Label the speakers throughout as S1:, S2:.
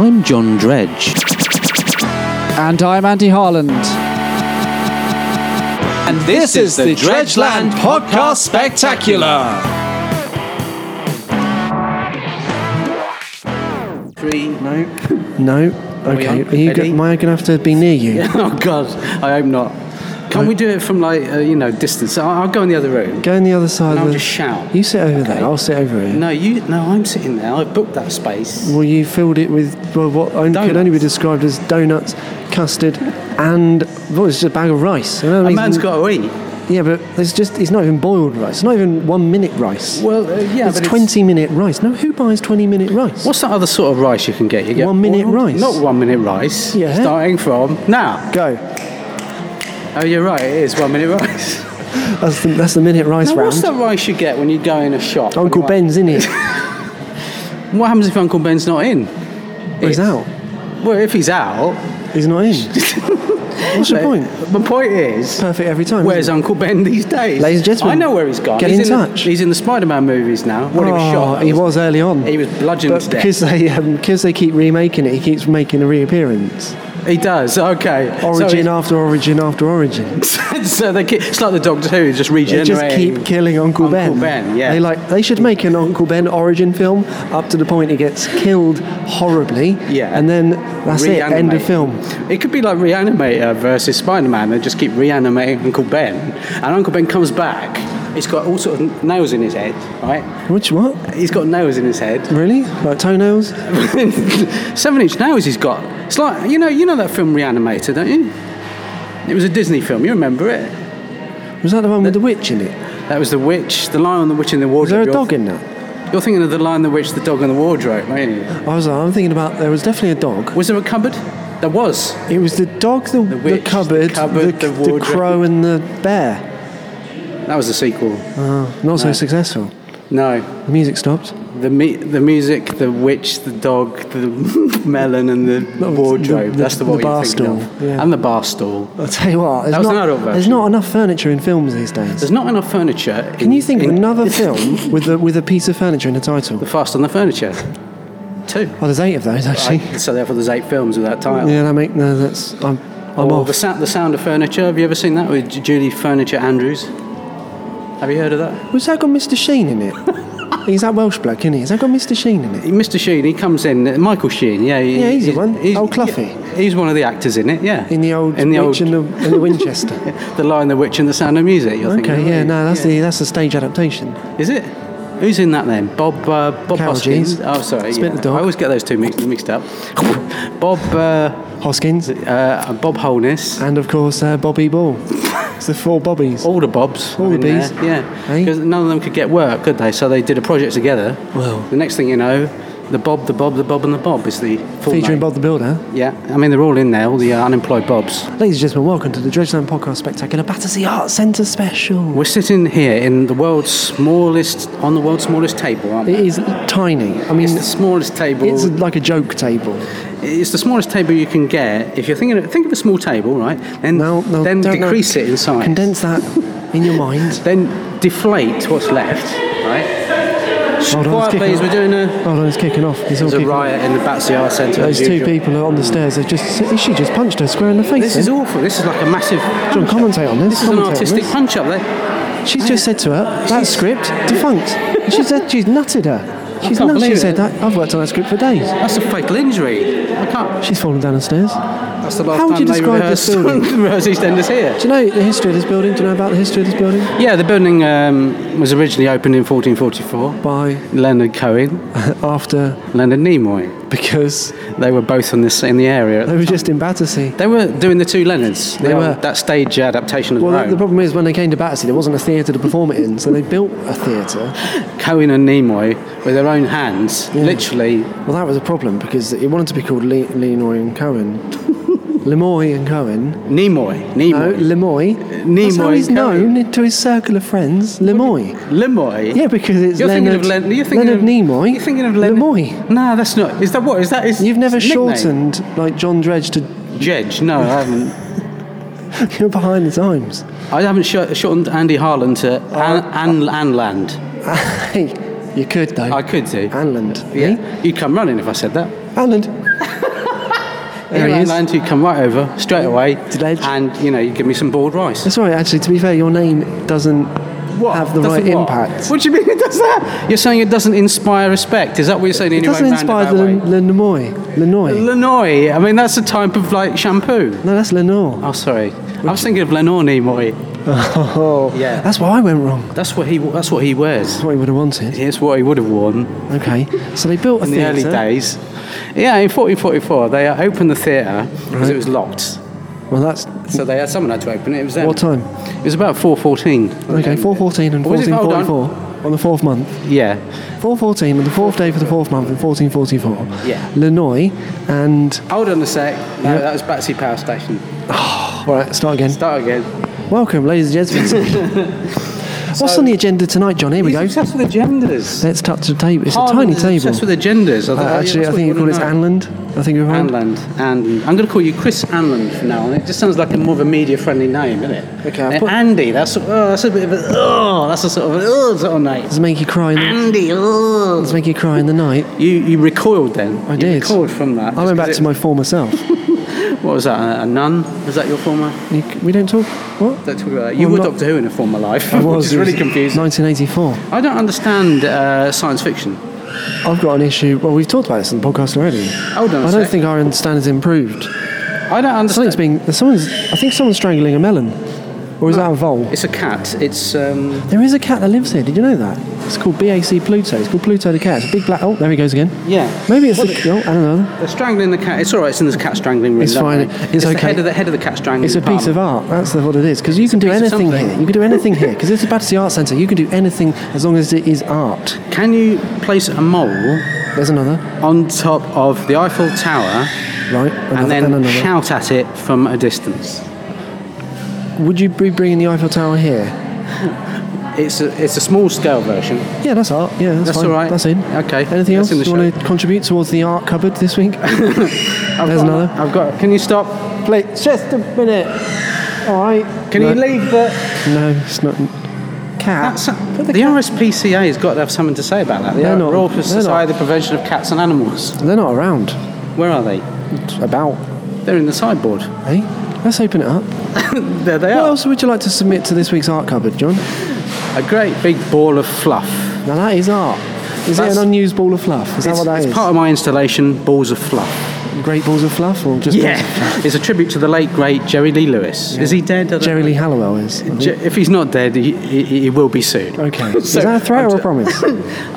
S1: I'm John Dredge.
S2: And I'm Andy Harland.
S1: And this, is, the Dredgeland Podcast Spectacular. Three, no.
S3: No.
S1: we
S3: Okay.
S1: on?
S3: Are you go-
S1: Ready?
S3: am I going to have to be near you?
S1: Oh, God. I hope not. Can we do it from, like, uh, you know, distance? I- I'll go in the other room.
S3: Go on the other side
S1: And
S3: of
S1: I'll
S3: the.
S1: just shout.
S3: You sit over there. I'll sit over here.
S1: No, you. No, I'm sitting there. I booked that space.
S3: Well, you filled it with well, what on- could only be described as donuts, custard, and what was just a bag of rice. You know
S1: A
S3: what I mean?
S1: man's got to eat.
S3: Yeah, but it's just it's not even boiled rice. It's not even one minute rice.
S1: Well, uh, yeah,
S3: it's
S1: but
S3: twenty minute rice. No, who buys twenty minute rice?
S1: What's that other sort of rice you can get? You get
S3: One minute
S1: boiled-
S3: rice.
S1: Not one minute rice.
S3: Yeah.
S1: Starting from now.
S3: Go.
S1: Oh, you're right. It is one minute rice.
S3: That's the, that's the minute rice
S1: Now,
S3: round.
S1: what's the rice you get when you go in a shop?
S3: Uncle
S1: Right.
S3: Ben's in it.
S1: What happens if Uncle Ben's not in? It's-
S3: He's out.
S1: Well, if he's out.
S3: He's not in. What's your
S1: like,
S3: point?
S1: My point is.
S3: Perfect every time.
S1: Where's
S3: isn't
S1: Uncle Ben these days?
S3: Ladies and gentlemen,
S1: I know where he's gone.
S3: get
S1: he's
S3: in
S1: the-
S3: touch.
S1: he's in the Spider-Man movies now. Well, he was
S3: Oh,
S1: shot.
S3: he was early on.
S1: He was bludgeoned
S3: But
S1: to death.
S3: because they um, because they keep remaking it, he keeps making a reappearance.
S1: He does. Okay. So
S3: Origin
S1: it's-
S3: after origin after origin.
S1: so they keep, it's like the Doctor Who, just
S3: They
S1: regenerating.
S3: just keep killing Uncle, Ben.
S1: yeah.
S3: They like they should make an Uncle Ben origin film up to the point he gets killed horribly.
S1: Yeah.
S3: And then that's it. End
S1: Reanimate.
S3: of film.
S1: It could be like Reanimator versus Spider Man. They just keep reanimating Uncle Ben, and Uncle Ben comes back. He's got all sort of nails in his head, right?
S3: Which what?
S1: He's got nails in his head.
S3: Really? Like toenails?
S1: Seven inch nails he's got. It's like you know, you know that film Reanimator, don't you? It was a Disney film. You remember it?
S3: Was that the one with the witch in it?
S1: That was the witch, the lion, the witch, and the
S3: Was there
S1: wardrobe.
S3: a dog
S1: You're-
S3: in that?
S1: You're thinking of the lion, the witch, the dog, and the wardrobe, aren't you?
S3: I was I'm thinking about there was definitely a dog.
S1: Was there a cupboard? There was.
S3: It was the dog, the, the,
S1: witch, the
S3: cupboard, the,
S1: cupboard, the
S3: the crow,
S1: wardrobe.
S3: and the bear.
S1: That was the sequel.
S3: Oh, not so successful.
S1: No,
S3: The music stopped.
S1: The, me- the music, the witch, the dog, the melon, and the
S3: No, it's
S1: wardrobe.
S3: the-
S1: That's the one
S3: the
S1: you're
S3: bar
S1: thinking of.
S3: stool, yeah.
S1: And the bar stool.
S3: I'll tell you what, there's,
S1: That was an
S3: not,
S1: adult
S3: there's
S1: version.
S3: not enough furniture in films these days.
S1: There's not enough furniture.
S3: Can you think of another film with a, with a piece of furniture in the title?
S1: The Fast on the Furniture. Two.
S3: Oh, there's eight of those actually.
S1: Right, so therefore, there's eight films with that title.
S3: Yeah, that make no. That's I'm I'm
S1: Or
S3: off.
S1: the, Sa- the Sound of Furniture. Have you ever seen that with Ju- Julie Furniture Andrews? Have you heard of that?
S3: Was that got Mr. Sheen in it? He's that Welsh bloke, isn't he? Has that got Mr. Sheen in it?
S1: Mr. Sheen, he comes in. uh, Michael Sheen, yeah. he-
S3: Yeah, he's the one. Old Cluffy.
S1: yeah, he's one of the actors in it, yeah.
S3: In the old
S1: in the
S3: Witch
S1: old,
S3: and the, and the Winchester.
S1: the Lion, the Witch, and the Sound of Music. You're thinking,
S3: okay,
S1: of,
S3: yeah,
S1: aren't you?
S3: no, that's the that's the stage adaptation.
S1: Is it? Who's in that then? Bob uh, Bob
S3: Carol
S1: Hoskins.
S3: Jeans.
S1: Oh, sorry.
S3: Spit
S1: yeah.
S3: the dog.
S1: I always get those two mixed, mixed up. Bob uh,
S3: Hoskins
S1: uh, Bob Holness.
S3: and of course uh, Bobby Ball. It's the four Bobbies.
S1: All the Bobs.
S3: All
S1: are
S3: the
S1: in there,
S3: bees.
S1: Yeah.
S3: Hey?
S1: Because none of them could get work, could they? So they did a project together.
S3: Wow.
S1: The next thing you know, the Bob, the Bob, the Bob, and the Bob is the full
S3: Featuring
S1: name.
S3: Bob the Builder.
S1: Yeah. I mean, they're all in there. All the uh, unemployed Bobs.
S3: Ladies and gentlemen, welcome to the Dredgeland Podcast Spectacular Battersea Arts Centre Special.
S1: We're sitting here in the world's smallest, on the world's smallest table, aren't we?
S3: It is tiny. I
S1: It's
S3: mean,
S1: the smallest table.
S3: it's like a joke table.
S1: It's the smallest table you can get. If you're thinking, of, think of a small table, right? Then,
S3: No, no,
S1: then
S3: don't- no.
S1: decrease it in size.
S3: Condense that in your mind.
S1: Then deflate what's left, right?
S3: Hold on,
S1: Quiet,
S3: it's kicking
S1: please.
S3: off.
S1: We're doing a,
S3: Hold on, Oh, it's kicking off. It's all
S1: there's a
S3: kicking off.
S1: riot in the Batsy Art Centre.
S3: Those
S1: as
S3: two
S1: usual.
S3: people are on the stairs. They just she just punched her square in the face.
S1: This is
S3: then.
S1: awful. This is like a massive.
S3: John, commentate on this.
S1: This is an
S3: commentate on
S1: artistic
S3: this.
S1: punch up there.
S3: She's just said to her that script defunct. And she said she's nutted her. She's
S1: can't
S3: nut- she
S1: believe
S3: said
S1: it.
S3: that I've worked on that script for days.
S1: That's a fatal injury. I can't.
S3: She's fallen down the stairs.
S1: That's the last
S3: How would
S1: time
S3: you
S1: they
S3: describe
S1: rehearsed,
S3: this building?
S1: rehearsed EastEnders here.
S3: Do you know the history of this building? Do you know about the history of this building?
S1: Yeah, the building um, was originally opened in 1444.
S3: By
S1: Leonard Cohen,
S3: after
S1: Leonard Nimoy.
S3: because
S1: They were both on this in the area.
S3: they were just in Battersea.
S1: They were doing the two Leonards. They
S3: They
S1: were
S3: were.
S1: that stage adaptation of
S3: Well,
S1: Rome.
S3: the problem is when they came to Battersea, there wasn't a theatre to perform it in, so they built a theatre.
S1: Cohen and Nimoy with their own hands, literally.
S3: Well, that was a problem because it wanted to be called Le- Lenoy and Cohen, Lemoy and Cohen.
S1: Nimoy,
S3: No,
S1: Nimoy,
S3: Lemoy. That's how
S1: Nimoy
S3: he's
S1: Cohen.
S3: known to his circle Friends, Lemoy.
S1: Lemoy.
S3: Yeah, because it's
S1: You're
S3: Leonard,
S1: thinking of Len- you're thinking
S3: Leonard
S1: of,
S3: Nimoy.
S1: You're thinking of Leonard.
S3: Lemoy.
S1: No, that's not. Is that what? Is that his?
S3: You've never
S1: his nickname?
S3: shortened like John Dredge to
S1: Jedge. No, I haven't.
S3: you're behind the times.
S1: I haven't short- shortened Andy Harland to An An Anland.
S3: hey, you could though.
S1: I could do.
S3: Anland. eh?
S1: yeah, you'd come running if I said that.
S3: Anland. There he
S1: Inland
S3: is.
S1: Land, you come right over straight away,
S3: Ledge.
S1: and you know you give me some boiled rice.
S3: That's right, Uh, actually, to be fair, your name doesn't have the
S1: Doesn't
S3: right
S1: what?
S3: impact.
S1: What do you mean it does that? You're saying it doesn't inspire respect. Is that what you're saying in
S3: It
S1: your
S3: doesn't
S1: own
S3: inspire the
S1: roundabout way?
S3: Lenoy. Lenoy.
S1: Lanoi. I mean, that's a type of like shampoo.
S3: No, that's Lenore.
S1: Oh, sorry. I was thinking of Lanoi Moi.
S3: Oh,
S1: Yeah.
S3: That's why I went wrong.
S1: That's what he. That's what he wears.
S3: That's what he would have wanted.
S1: It's what he would have worn
S3: Okay, so they built a
S1: in the
S3: theatre.
S1: early days. Yeah, in 1444, they uh, opened the theatre because
S3: Right.
S1: it was locked.
S3: Well, that's
S1: So they had someone had to open it. It was them.
S3: what time?
S1: It was about 414.
S3: Okay, 414 and
S1: Or was it- hold on.
S3: 1444 on the fourth month.
S1: Yeah.
S3: 414 on the fourth day for the fourth month in 1444.
S1: Yeah.
S3: Lenoy and.
S1: Hold on a sec. No, that was Batsy Power Station.
S3: All right, start again.
S1: Start again.
S3: Welcome, ladies and gentlemen. What's on the agenda tonight, John? Here we
S1: He's
S3: go.
S1: obsessed with agendas.
S3: Let's touch the table. It's a
S1: Harlan
S3: tiny
S1: is
S3: table.
S1: Obsessed with agendas.
S3: Uh, actually, I think you call it Anland. I think we're right.
S1: Anland. Anland. I'm going to call you Chris Anland from now on. It just sounds like a more of a media-friendly name, isn't it?
S3: Okay, I'll
S1: And
S3: put-
S1: Andy. That's oh, that's a bit of a oh, that's a sort of oh sort of name.
S3: Does it make you cry? In the,
S1: Andy.
S3: does
S1: Oh.
S3: it make you cry in the night?
S1: You you recoiled then.
S3: I
S1: You
S3: did.
S1: Recoiled from that.
S3: I
S1: just
S3: went back
S1: 'cause
S3: to my former self.
S1: it- What was that? A, a nun? Was that your former?
S3: You c- we don't talk. What?
S1: Don't talk about that. You were
S3: Well, not-
S1: Doctor Who in a former life,
S3: I was,
S1: which is
S3: it was
S1: really confusing.
S3: 1984.
S1: I don't understand uh, science fiction.
S3: I've got an issue. Well, we've talked about this in the podcast already.
S1: Hold on. a
S3: I don't
S1: sec.
S3: think our standards improved.
S1: I don't understand.
S3: Something's being. there's Someone's. I think someone's strangling a melon, or is that a vole?
S1: It's a cat. It's um,
S3: There is a cat that lives here. Did you know that? It's called BAC Pluto. It's called Pluto the cat. It's a big black. Oh, there he goes again.
S1: yeah.
S3: Maybe it's
S1: What
S3: the. Oh, I don't know.
S1: They're strangling the cat. It's all right. It's in the cat strangling room.
S3: It's
S1: don't
S3: fine.
S1: worry.
S3: It's
S1: the
S3: okay.
S1: head of the head of the cat strangling.
S3: It's a piece of
S1: department.
S3: art. That's what it is. Because you can do
S1: piece of
S3: anything
S1: something.
S3: here. You can do anything here. Because it's a Battersea Art Centre. You can do anything as long as it is art.
S1: Can you place a mole
S3: There's another.
S1: on top of the Eiffel Tower
S3: Right. Another,
S1: and then
S3: another.
S1: shout at it from a distance?
S3: Would you be bringing the Eiffel Tower here?
S1: It's a it's a small scale version.
S3: Yeah, that's art. Yeah, that's,
S1: That's
S3: fine.
S1: all right.
S3: That's in.
S1: Okay.
S3: Anything
S1: That's
S3: else
S1: in the
S3: you want to contribute towards the art cupboard this week?
S1: I've
S3: There's
S1: got,
S3: another.
S1: I've got. Can you stop?
S3: Play. Just a minute. All right.
S1: Can
S3: No.
S1: you leave the?
S3: No, it's not. Cat.
S1: That's the RSPCA has got to have something to say about that. The
S3: They're not-
S1: Royal
S3: they're
S1: Society of Prevention of Cats and Animals.
S3: They're not around.
S1: Where are they?
S3: About.
S1: They're in the sideboard.
S3: Hey, let's open it up.
S1: there they
S3: What
S1: are.
S3: else would you like to submit to this week's art cupboard, John?
S1: A great big ball of fluff.
S3: Now that is art. Is
S1: That's-
S3: it an unused ball of fluff? Is that
S1: It's,
S3: what that
S1: it's
S3: is?
S1: part of my installation, Balls of Fluff.
S3: Great balls of fluff, or just
S1: it's a tribute to the late great Jerry Lee Lewis. Is he dead? I don't
S3: Jerry
S1: know.
S3: Lee Halliwell is. I think.
S1: Je- if he's not dead, he, he, he will be soon.
S3: okay. is
S1: So-
S3: that a threat
S1: I'm
S3: or a
S1: ju-
S3: promise?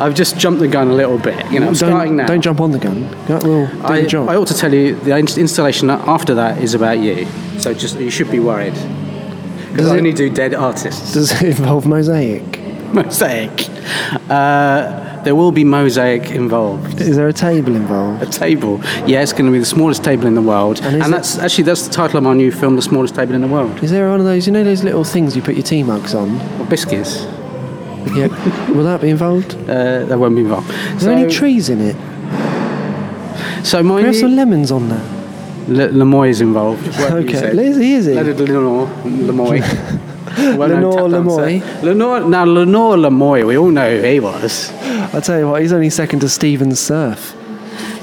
S1: I've just jumped the gun a little bit. You know, I'm
S3: don't,
S1: starting now.
S3: don't jump on the gun. That will do
S1: I,
S3: the job.
S1: I ought to tell you the in- installation after that is about you. So just you should be worried because
S3: Does
S1: I
S3: it-
S1: only do dead artists.
S3: Does it involve mosaic?
S1: Mosaic. Uh, there will be mosaic involved.
S3: Is there a table involved?
S1: A table. Yeah, it's going to be the smallest table in the world, and,
S3: And is it-
S1: that's actually that's the title of my new film, The Smallest Table in the World.
S3: Is there one of those, you know, those little things you put your tea mugs on?
S1: Or biscuits.
S3: Yep. will that be involved?
S1: Uh, that won't be involved.
S3: Is there any trees in it? Can
S1: so my
S3: we have some
S1: new-
S3: lemons on there?
S1: Le- Lemoy is involved. whatever you
S3: Okay.
S1: said.
S3: Is he? Is he?
S1: Leonard Lenore Lemoy.
S3: Lenore Lemoy.
S1: Lenore, now Lenore Lemoy, we all know who he was.
S3: I tell you what, he's only second to Stephen Surf.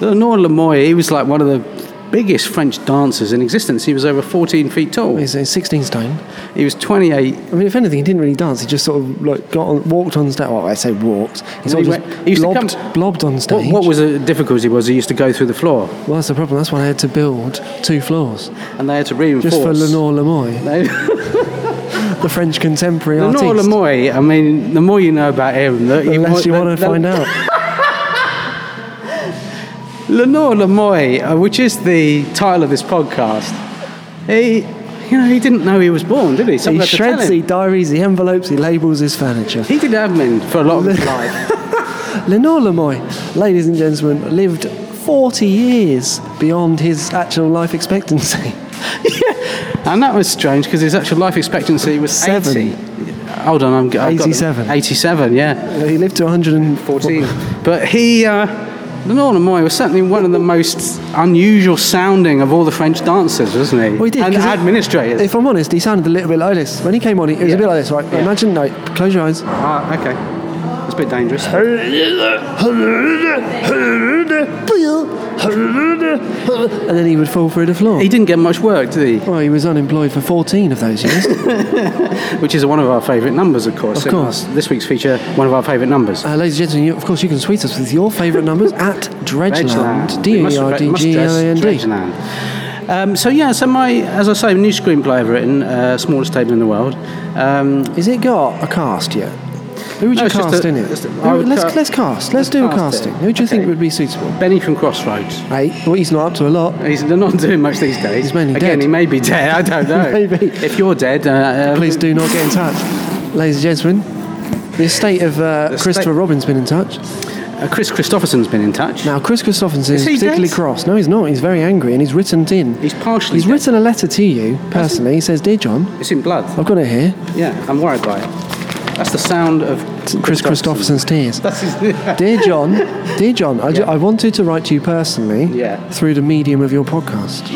S1: Lenore Lemoy, he was like one of the biggest French dancers in existence. He was over 14 feet tall.
S3: He's uh, 16 stone.
S1: He was 28.
S3: I mean, if anything, he didn't really dance. He just sort of like got on, walked on stage. Well, I say walked. He sort
S1: he
S3: of just
S1: went- he used to
S3: blobbed,
S1: come-
S3: blobbed on
S1: What,
S3: stage.
S1: what was the difficulty was he used to go through the floor
S3: Well, that's the problem. That's why I had to build two floors
S1: and they had to reinforce.
S3: just for Lenore Lemoy,
S1: They-
S3: the French contemporary
S1: Lenore
S3: artist.
S1: Lemoy, I mean, the more you know about him, the,
S3: Unless you
S1: the-
S3: want to
S1: the-
S3: find out,
S1: Lenore Lemoy, uh, which is the title of this podcast, he, you know, he didn't know he was born, did he?
S3: he
S1: Someone had to tell
S3: shreds,
S1: him.
S3: he diaries, he envelopes, he labels his furniture.
S1: He did admin for a lot of his life.
S3: Lenore Lemoy, ladies and gentlemen, lived 40 years beyond his actual life expectancy.
S1: And that was strange because his actual life expectancy was
S3: Seven.
S1: 80. Hold on, I'm I've got them.
S3: 87.
S1: 87, yeah.
S3: he lived to 114.
S1: 14. But he, uh, Lenore Lemoy was certainly one of the most unusual sounding of all the French dancers, wasn't he?
S3: Well, he did,
S1: And
S3: 'cause it-
S1: administrators.
S3: If I'm honest, he sounded a little bit like this. When he came on, he, it was
S1: Yeah.
S3: a bit like this, right?
S1: Yeah.
S3: Imagine, like, close your eyes.
S1: ah, okay. It's a bit dangerous.
S3: and then he would fall through the floor.
S1: He didn't get much work, did
S3: well, he was unemployed for 14 of those years. Uh,
S1: he? Which is one of our favourite numbers, of course.
S3: Of
S1: in our-
S3: course.
S1: This week's feature, one of our favourite numbers.
S3: Uh, ladies and gentlemen, you, of course, you can tweet us with your favourite numbers at Dredgeland. D
S1: We must-
S3: E R D
S1: must
S3: G
S1: stress
S3: L A N D.
S1: Dredgeland. Um, so yeah, so my, as I say, new screenplay I've written, uh, smallest table in the world. Um,
S3: Is it got a cast yet? Who would
S1: No,
S3: you
S1: it's just
S3: cast
S1: a-
S3: in it?
S1: just a-
S3: Who-
S1: I would
S3: let's,
S1: ca-
S3: let's cast. Let's,
S1: let's
S3: do a
S1: cast it.
S3: casting. Who do you think
S1: Okay.
S3: would be suitable?
S1: Benny from Crossroads.
S3: Hey, well, he's not up to a lot.
S1: He's not doing much these days.
S3: He's mainly
S1: Again,
S3: dead.
S1: he may be dead. I don't know.
S3: Maybe.
S1: If you're dead, uh, uh,
S3: Please do not get in touch. Ladies and gentlemen, the estate of uh,
S1: estate-
S3: Christopher Robin's been in touch.
S1: Uh, Chris Christopherson's been in touch.
S3: Now, Chris Christopherson is
S1: he
S3: particularly
S1: dead?
S3: cross. No, he's not. He's very angry and he's written it in.
S1: He's partially.
S3: He's
S1: dead.
S3: written a letter to you personally. He says, Dear John,
S1: It's in blood.
S3: I've got it here.
S1: Yeah, I'm worried by it. That's the sound of
S3: Chris Christopherson's tears.
S1: That's his.
S3: Dear John, dear John, I, ju- I wanted to write to you personally
S1: Yeah. Mm.
S3: through the medium of your podcast.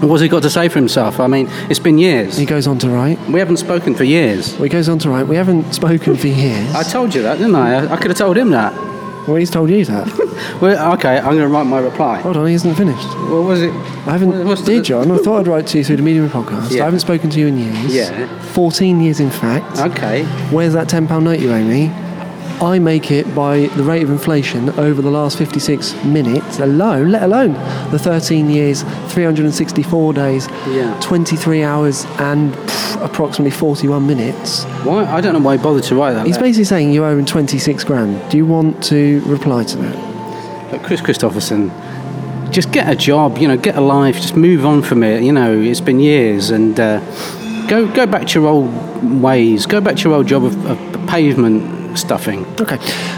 S1: What's he got to say for himself? I mean, it's been years.
S3: He goes on to write.
S1: We haven't spoken for years.
S3: He goes on to write. We haven't spoken for years.
S1: I told you that, didn't I? I, I could have told him that.
S3: well, he's told you that.
S1: Well, okay, I'm going to write my reply.
S3: Hold on, he isn't finished.
S1: What was it?
S3: I haven't.
S1: What's the-
S3: dear John, I thought I'd write to you through the medium of podcast.
S1: Yeah.
S3: I haven't spoken to you in years.
S1: Yeah.
S3: 14 years, in fact.
S1: Okay.
S3: Where's that £10 note you owe me? I make it by the rate of inflation over the last 56 minutes alone, let alone the 13 years, 364 days,
S1: Yeah.
S3: 23 hours, and pff, approximately 41 minutes.
S1: Why? I don't know why he bothered to write that.
S3: He's
S1: letter.
S3: basically saying you owe him 26 grand. Do you want to reply to that?
S1: But Chris Christopherson, just get a job, you know, get a life, just move on from it. You know, it's been years, and uh, go go back to your old ways. Go back to your old job of, of pavement stuffing.
S3: Okay.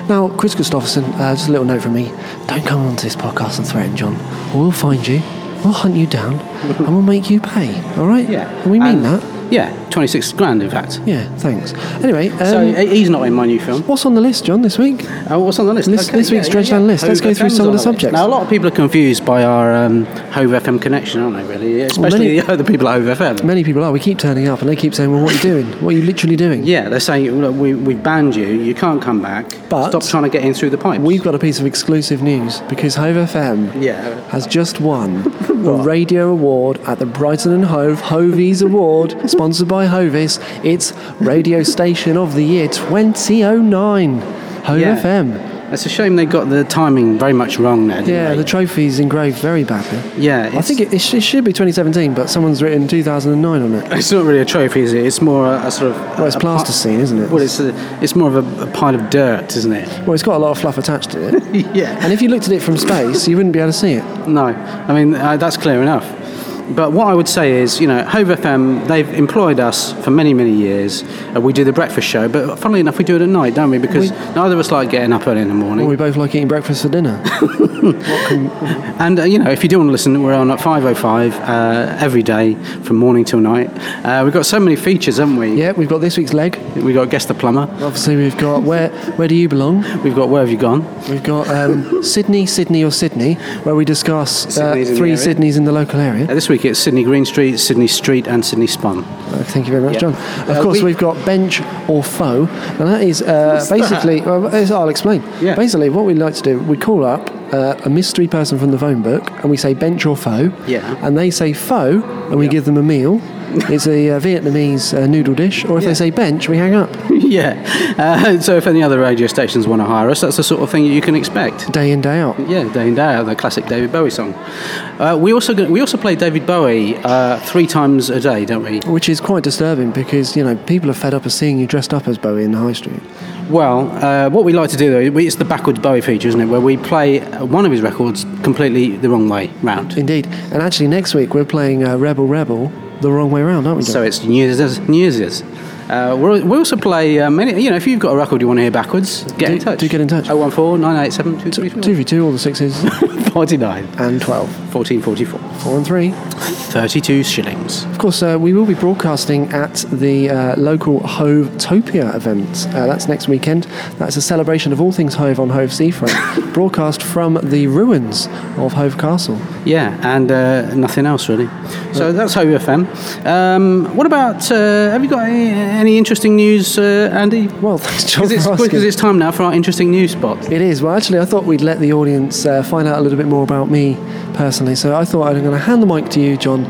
S3: Now, Chris Gustafsson, uh, just a little note from me. Don't come onto this podcast and threaten John. Or we'll find you, we'll hunt you down, and we'll make you pay. All right? And we mean
S1: And-
S3: that.
S1: Yeah, twenty six grand, in fact.
S3: Yeah, thanks. Anyway, um,
S1: so eh- he- he's not in my new film.
S3: what's on the list, John, this week?
S1: Oh, what's on the list?
S3: This- this week's Dredgeland list. Let's
S1: Hove
S3: go through
S1: FM's
S3: some of
S1: on
S3: the
S1: list.
S3: subjects.
S1: Now, a lot of people are confused by our um, Hove FM connection, aren't they? Really, especially
S3: many-
S1: the other people at Hove FM.
S3: Many people are. We keep turning up and they keep saying, well, what are you doing? What are you literally doing?
S1: Yeah, they're saying Look, we we banned you. You can't come back.
S3: But-
S1: stop trying to get in through the pipes.
S3: We've got a piece of exclusive news because Hove FM
S1: yeah.
S3: has just won a radio award at the Brighton and Hove Hovies Award, sponsored by Hovis. It's Radio Station of the Year 2009. Hove
S1: Yeah.
S3: FM.
S1: It's a shame they got the timing very much wrong there. didn't
S3: Yeah,
S1: they?
S3: the trophy's engraved very badly.
S1: yeah. It's,
S3: I think it, it, sh- it should be 2017, but someone's written 2009 on it.
S1: it's not really a trophy, is it? It's more a, a sort of.
S3: Well, it's
S1: a pi-
S3: plasticine, isn't it?
S1: Well, it's a, it's more of a, a pile of dirt, isn't it?
S3: Well, it's got a lot of fluff attached to it.
S1: yeah.
S3: And if you looked at it from space, you wouldn't be able to see it.
S1: No, I mean uh, that's clear enough. But what I would say is, you know, Hove FM, they've employed us for many, many years. Uh, we do the breakfast show, but funnily enough, we do it at night, don't we? Because neither of us like getting up early in the morning.
S3: Well, we both like eating breakfast for dinner.
S1: And uh, you know, if you do want to listen, we're on at 5:05 uh, every day from morning till night. Uh, we've got so many features, haven't we?
S3: yeah, we've got this week's leg.
S1: We've got guest the plumber.
S3: Obviously, we've got where where do you belong?
S1: We've got where have you gone?
S3: We've got um, Sydney, Sydney or Sydney, where we discuss uh,
S1: Sydney's in the
S3: three
S1: area.
S3: Sydneys in the local area.
S1: Uh, this week it's Sydney Green Street, Sydney Street, and Sydney Spun.
S3: Uh, thank you very much,
S1: Yeah.
S3: John. Of
S1: Uh,
S3: course,
S1: we-
S3: we, have got bench or foe, and that is uh, basically. Well, it's- I'll explain.
S1: Yeah.
S3: Basically, what we like to do, we call up uh, a mystery person from the phone book, and we say bench or foe.
S1: Yeah.
S3: And they say foe, and we give them a meal. it's a uh, Vietnamese uh, noodle dish, or if they say bench, we hang up.
S1: yeah. Uh, so if any other radio stations want to hire us, that's the sort of thing that you can expect.
S3: Day in, day out.
S1: Yeah, day in day out, the classic David Bowie song. Uh, we also go- we also play David Bowie uh, three times a day, don't we?
S3: Which is quite disturbing because, you know, people are fed up of seeing you dressed up as Bowie in the high street.
S1: Well, uh, what we like to do though, we- it's the backwards Bowie feature, isn't it? Where we play one of his records completely the wrong way round.
S3: Indeed. And actually, next week we're playing uh, Rebel Rebel the wrong way round, aren't we? John?
S1: So it's New Year's. New Year's. Uh, we'll- we also play uh, many. You know, if you've got a record you want to hear backwards, get in
S3: Do-
S1: touch.
S3: do get in touch.
S1: 014 987
S3: 2v2, all the sixes,
S1: 49
S3: and 12.
S1: 1444.
S3: Four and three.
S1: 32 shillings.
S3: Of course, uh, we will be broadcasting at the uh, local Hove Topia event. Uh, that's next weekend. That's a celebration of all things Hove on Hove Seafront, broadcast from the ruins of Hove Castle.
S1: Yeah, and uh, nothing else really. So that's Hove FM. Um, what about, uh, have you got any, any interesting news, uh, Andy?
S3: Well, thanks, John,
S1: Because it's,
S3: for asking.
S1: because it's time now for our interesting news spot.
S3: It is. Well, actually, I thought we'd let the audience uh, find out a little bit more about me personally. So I thought I'm going to hand the mic to you, John,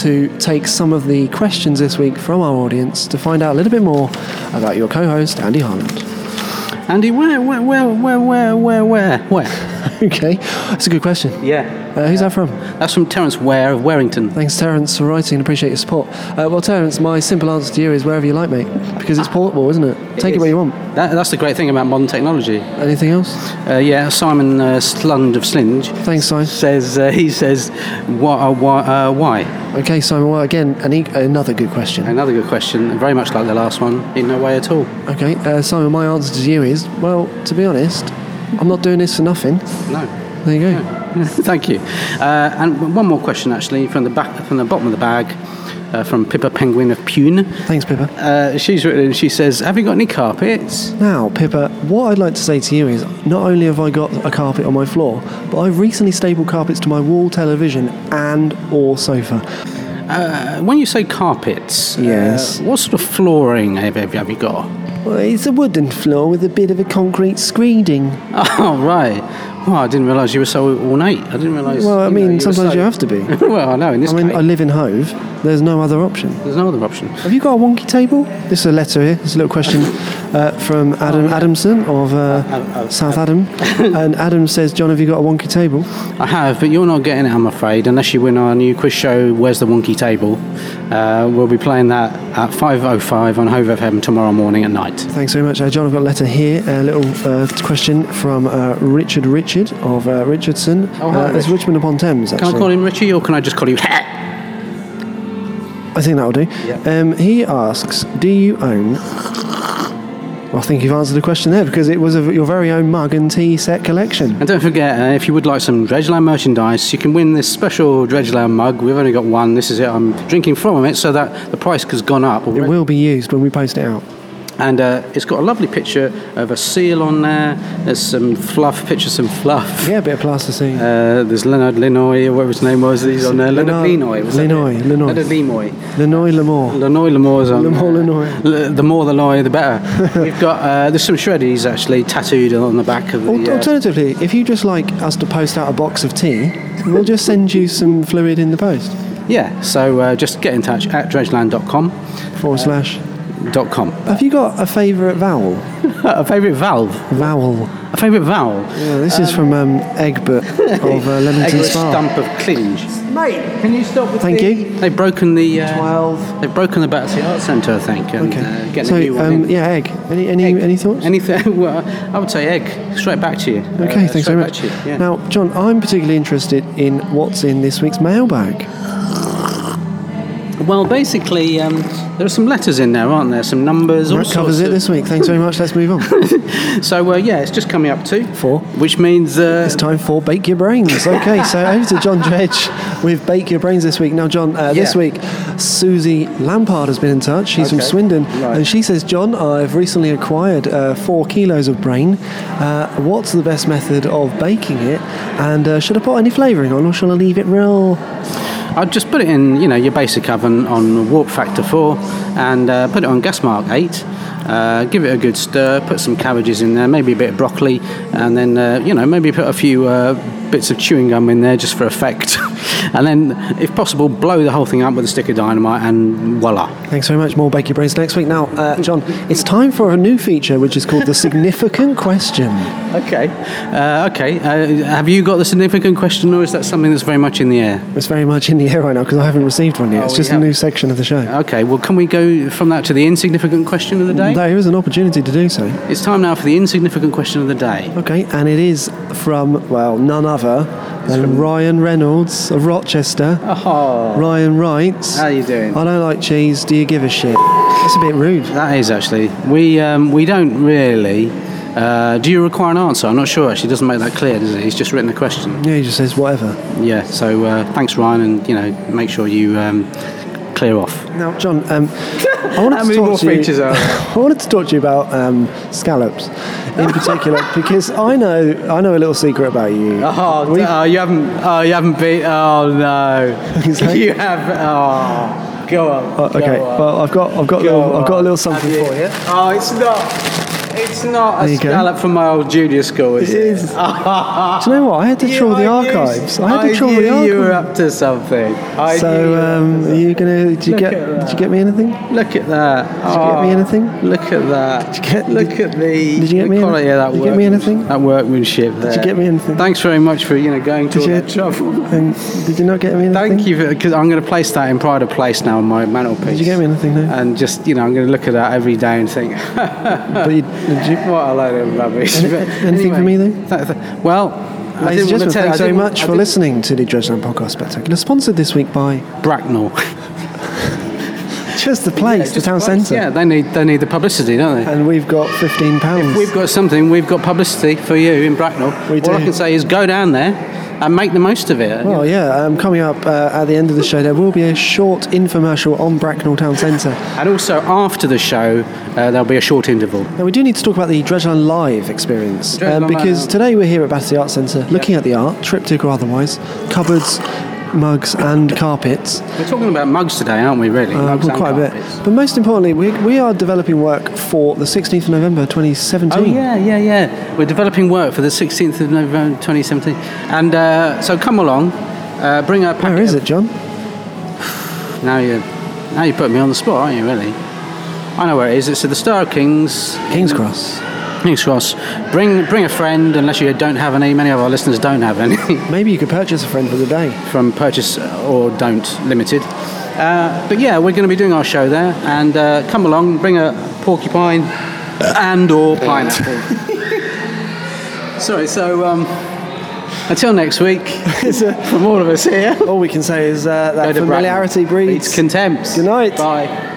S3: to take some of the questions this week from our audience to find out a little bit more about your co host, Andy Harland.
S1: Andy, where, where, where, where, where, where, where? Where?
S3: okay, that's a good question.
S1: Yeah.
S3: Uh, who's that from?
S1: That's from Terence Ware of Warrington.
S3: Thanks, Terence, for writing. Appreciate your support. Uh, well, Terence, my simple answer to you is wherever you like, mate, because it's portable, isn't it? Take it,
S1: is.
S3: where you want.
S1: That, that's the great thing about modern technology.
S3: Anything else?
S1: Uh, yeah, Simon uh, Slund of Slinge
S3: Thanks, Simon.
S1: says, uh, he says, why, uh, why, uh, why?
S3: Okay, Simon. Well, again, an e- another good question.
S1: Another good question, very much like the last one, in no way at all.
S3: Okay, uh, Simon. My answer to you is well, to be honest, I'm not doing this for nothing.
S1: No.
S3: There you go.
S1: Thank you. Uh, and one more question, actually, from the back, from the bottom of the bag, uh, from Pippa Penguin of Pune.
S3: Thanks, Pippa.
S1: Uh, she's written. in, She says, "Have you got any carpets?"
S3: Now, Pippa, what I'd like to say to you is not only have I got a carpet on my floor, but I've recently stapled carpets to my wall, television, and or sofa.
S1: Uh, when you say carpets, uh,
S3: Yes.
S1: what sort of flooring have, have, have you got?
S3: Well, it's a wooden floor with a bit of a concrete screeding.
S1: Oh right. Well, I didn't realise you were so ornate. I didn't realise.
S3: Well, I
S1: you know,
S3: mean,
S1: you were
S3: sometimes
S1: so-
S3: you have to be.
S1: well, I know. In this
S3: I mean,
S1: case,
S3: I live in Hove. There's no other option.
S1: there's no other option.
S3: Have you got a wonky table? This is a letter here. It's a little question uh, from Adam Adamson of uh, South Adam. And Adam says, John, have you got a wonky table?
S1: I have, but you're not getting it, I'm afraid, unless you win our new quiz show, Where's the Wonky Table? Uh, we'll be playing that at 5.05 on Hove FM tomorrow morning at night.
S3: Thanks very much. Uh, John, I've got a letter here. A little uh, question from uh, Richard Richard of uh, Richardson.
S1: Oh, hi,
S3: uh, it's
S1: Rich.
S3: Richmond upon Thames,
S1: Can
S3: actually.
S1: I call him Richie, or can I just call you
S3: I think that'll do.
S1: Yeah.
S3: Um, he asks, do you own... Well, I think you've answered the question there because it was of your very own mug and tea set collection.
S1: And don't forget, uh, if you would like some Dredgeland merchandise, you can win this special Dredgeland mug. We've only got one. This is it. I'm drinking from it, so that the price has gone up.
S3: It will be used when we post it out.
S1: And uh, it's got a lovely picture of a seal on there. There's some fluff, picture some fluff.
S3: Yeah, a bit of plasticine.
S1: Uh, there's Leonard Linoy, or whatever his name was. He's on there. Leonard
S3: Leonard-
S1: Linoy. was that it?
S3: Linoy, Linoy.
S1: Leonard Limoy.
S3: Lenoy Lamour.
S1: Lanoy Lamore's on.
S3: Le more Lanoy.
S1: L- um, the more the Lanoy, the better. We've got uh, there's some shreddies actually tattooed on the back of the.
S3: Al-
S1: uh,
S3: Alternatively, if you just like us to post out a box of tea, we'll just send you some fluid in the post.
S1: yeah, so uh, just get in touch at dredgeland.com.
S3: Forward slash.
S1: Dot com.
S3: Have you got a favourite vowel?
S1: a favourite valve.
S3: Vowel.
S1: A favourite vowel.
S3: Yeah, this is from um, Egbert of uh, Leamington
S1: Egret
S3: Spa.
S1: stump of clinge. Mate, can you stop with
S3: Thank
S1: the-
S3: you.
S1: They've broken the. Uh,
S3: 12.
S1: They've broken the Battersea Art Centre, I think, and uh,
S3: Okay.
S1: getting a new
S3: So,
S1: one
S3: um,
S1: in.
S3: yeah, egg. Any any,
S1: Egg.
S3: any thoughts?
S1: Anything? Well, I would say egg. Straight back to you.
S3: Okay,
S1: Uh,
S3: thanks
S1: straight
S3: very
S1: back
S3: much.
S1: to you, yeah.
S3: Now, John, I'm particularly interested in what's in this week's mailbag.
S1: Well, basically, um, there are some letters in there, aren't there? Some numbers. all
S3: That covers
S1: sorts
S3: it
S1: of-
S3: this week. Thanks very much. Let's move on.
S1: So uh, yeah, it's just coming up to
S3: Four.
S1: which means uh,
S3: It's time for Bake Your Brains. Okay, so over to John Dredge with Bake Your Brains this week. Now, John, uh, this
S1: Yeah.
S3: week, Susie Lampard has been in touch. She's from
S1: Okay.
S3: Swindon.
S1: Right.
S3: And she says, John, I've recently acquired uh, four kilos of brain. Uh, what's the best method of baking it? And uh, should I put any flavouring on or shall I leave it real?
S1: I'd just put it in, you know, your basic oven on warp factor four, and uh, put it on gas mark eight. Uh, give it a good stir. Put some cabbages in there, maybe a bit of broccoli, and then uh, you know maybe put a few uh, bits of chewing gum in there just for effect. and then, if possible, blow the whole thing up with a stick of dynamite, and voila.
S3: Thanks very much. More Bake Your Brains next week. Now, uh, John, it's time for a new feature which is called The Significant Question.
S1: Okay. Uh, okay. Uh, have you got the significant question, or is that something that's very much in the air?
S3: It's very much in the air right now because I haven't received one yet.
S1: Oh,
S3: it's
S1: we
S3: just a
S1: have-
S3: new section of the show.
S1: Okay, well, can we go from that to the insignificant question of the day?
S3: There is an opportunity to do so.
S1: It's time now for the insignificant question of the day.
S3: Okay, and it is from, well, none other than Ryan Reynolds of Rochester.
S1: Oh,
S3: Ryan writes,
S1: How you doing?
S3: I don't like cheese, do you give a shit? That's a bit rude.
S1: that is actually we um, we don't really. Uh, do you require an answer? I'm not sure. Actually, It doesn't make that clear, does it? He's just written a question.
S3: Yeah, he just says whatever.
S1: Yeah. So uh, thanks, Ryan, and you know, make sure you um, clear off.
S3: Now, John, um, I wanted
S4: How
S3: to
S4: many
S3: talk
S4: more
S3: to you-
S4: features are there?
S3: I wanted to talk to you about um, scallops in particular because I know I know a little secret about you.
S1: Oh,
S3: We-
S1: oh, you haven't. Oh, you haven't beat. Oh no.
S3: Is that-
S1: you have. Oh, go on.
S3: Oh,
S1: go
S3: okay,
S1: on,
S3: well, I've got I've got a
S1: go
S3: little, I've
S1: on.
S3: got a little
S1: Have
S3: something
S1: you-
S3: for you.
S1: Oh, it's not. It's not
S3: There
S1: a
S3: you go.
S1: scallop from my old junior school, is it?
S3: is. Do you know what? I had to
S1: You-
S3: trawl the
S1: I knew-
S3: archives. I had to
S1: I
S3: trawl
S1: knew
S3: the
S1: You were
S3: archives.
S1: up to something. I knew
S3: So,
S1: you were up
S3: um,
S1: to
S3: are you gonna? Did you
S1: Look
S3: get?
S1: at that.
S3: Did you get me anything? Did
S1: something. look at that. Did
S3: you get me anything?
S1: Look at that.
S3: Did you get-
S1: look
S3: did-
S1: at the,
S3: did you get
S1: the
S3: me any-
S1: quality of that
S3: did you get me
S1: workman-
S3: anything?
S1: That workmanship there.
S3: you get me anything?
S1: Thanks very much for you know going to
S3: Did
S1: all
S3: you-
S1: that trouble.
S3: And did you not get me anything?
S1: Thank you, because I'm going to place that in pride of place now on my mantelpiece.
S3: Did you get me anything? No.
S1: And just you know, I'm going to look at that every day and think,
S3: But you, did you,
S1: What a load of rubbish.
S3: Any-
S1: But
S3: anything for me, though?
S1: th- th- well, I
S3: Ladies and
S1: didn't want to
S3: gentlemen,
S1: tell- I
S3: thanks very
S1: didn't-
S3: much
S1: I
S3: for
S1: didn't-
S3: listening to the Dredgeland Podcast Spectacular, sponsored this week by
S1: Bracknell.
S3: just the place, the
S1: Just
S3: town
S1: once,
S3: centre.
S1: Yeah, they need, they need the publicity, don't they?
S3: And we've got fifteen pounds.
S1: We've got something, we've got publicity for you in Bracknell.
S3: We
S1: All I
S3: do.
S1: can say is go down there and make the most of it.
S3: Well, yeah. Um, coming up uh, at the end of the show, there will be a short infomercial on Bracknell Town Centre.
S1: and also, after the show, uh, there'll be a short interval.
S3: Now, we do need to talk about the Dredgeland Live experience
S1: Dredgeland
S3: um, because
S1: Live.
S3: today we're here at Battersea Arts Centre, looking at the art, triptych or otherwise, cupboards, mugs, and carpets.
S1: We're talking about mugs today, aren't we, really?
S3: Uh,
S1: Mugs
S3: well,
S1: and
S3: quite a
S1: carpets.
S3: bit. But most importantly, we, we are developing work for the 16th of November 2017.
S1: Oh yeah, yeah, yeah. We're developing work for the 16th of November 2017, and uh, so come along, uh, bring a packet
S3: Where is
S1: of
S3: it, John?
S1: Now you, now you put me on the spot, aren't you? Really? I know where it is. It's at the Star of Kings,
S3: King's Cross.
S1: Kings Cross. Bring, bring a friend, unless you don't have any. Many of our listeners don't have any
S3: Maybe you could purchase a friend for the day.
S1: from Purchase or Don't Limited. Uh, but yeah, we're going to be doing our show there, and uh, come along. Bring a porcupine and or pineapple. Sorry. So um, until next week, from all of us here,
S3: All we can say is uh,
S1: go
S3: that
S1: to Bracknell.
S3: familiarity breeds.
S1: contempt.
S3: Good night.
S1: Bye.